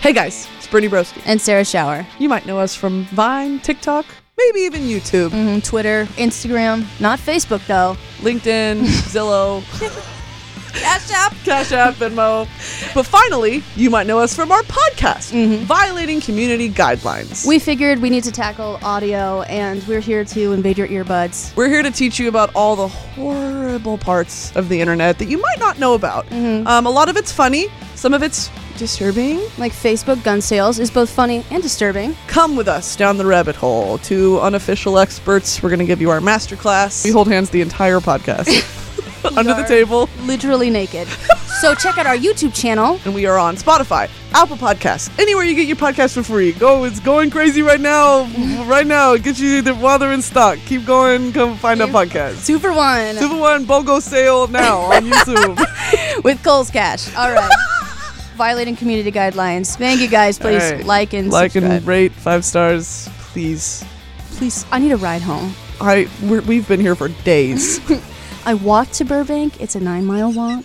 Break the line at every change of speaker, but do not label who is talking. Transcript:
Hey guys, it's Brittany Broski.
and Sarah Shower.
You might know us from Vine, TikTok, maybe even YouTube,
hmm Twitter, Instagram, not Facebook though.
LinkedIn, Zillow,
Cash App.
Cash App, Venmo. But finally, you might know us from our podcast, Violating Community Guidelines.
We figured we need to tackle audio, and we're here to invade your earbuds.
We're here to teach you about all the horrible parts of the internet that you might not know about. Um, a lot of it's funny, some of it's disturbing.
Like Facebook gun sales is both funny and disturbing.
Come with us down the rabbit hole to unofficial experts. We're going to give you our masterclass. We hold hands the entire podcast under the
are-
table.
Literally naked. so check out our YouTube channel.
And we are on Spotify, Apple Podcasts, anywhere you get your podcast for free. Go, it's going crazy right now. right now, get you the while they're in stock. Keep going. Come find our podcast.
Two for one
Super One BOGO sale now on YouTube.
with Cole's Cash. All right. Violating community guidelines. Thank you guys. Please
All right.
like and
like
subscribe.
and rate five stars, please.
Please, I need a ride home.
I we're, we've been here for days.
I walked to Burbank. It's a nine mile walk.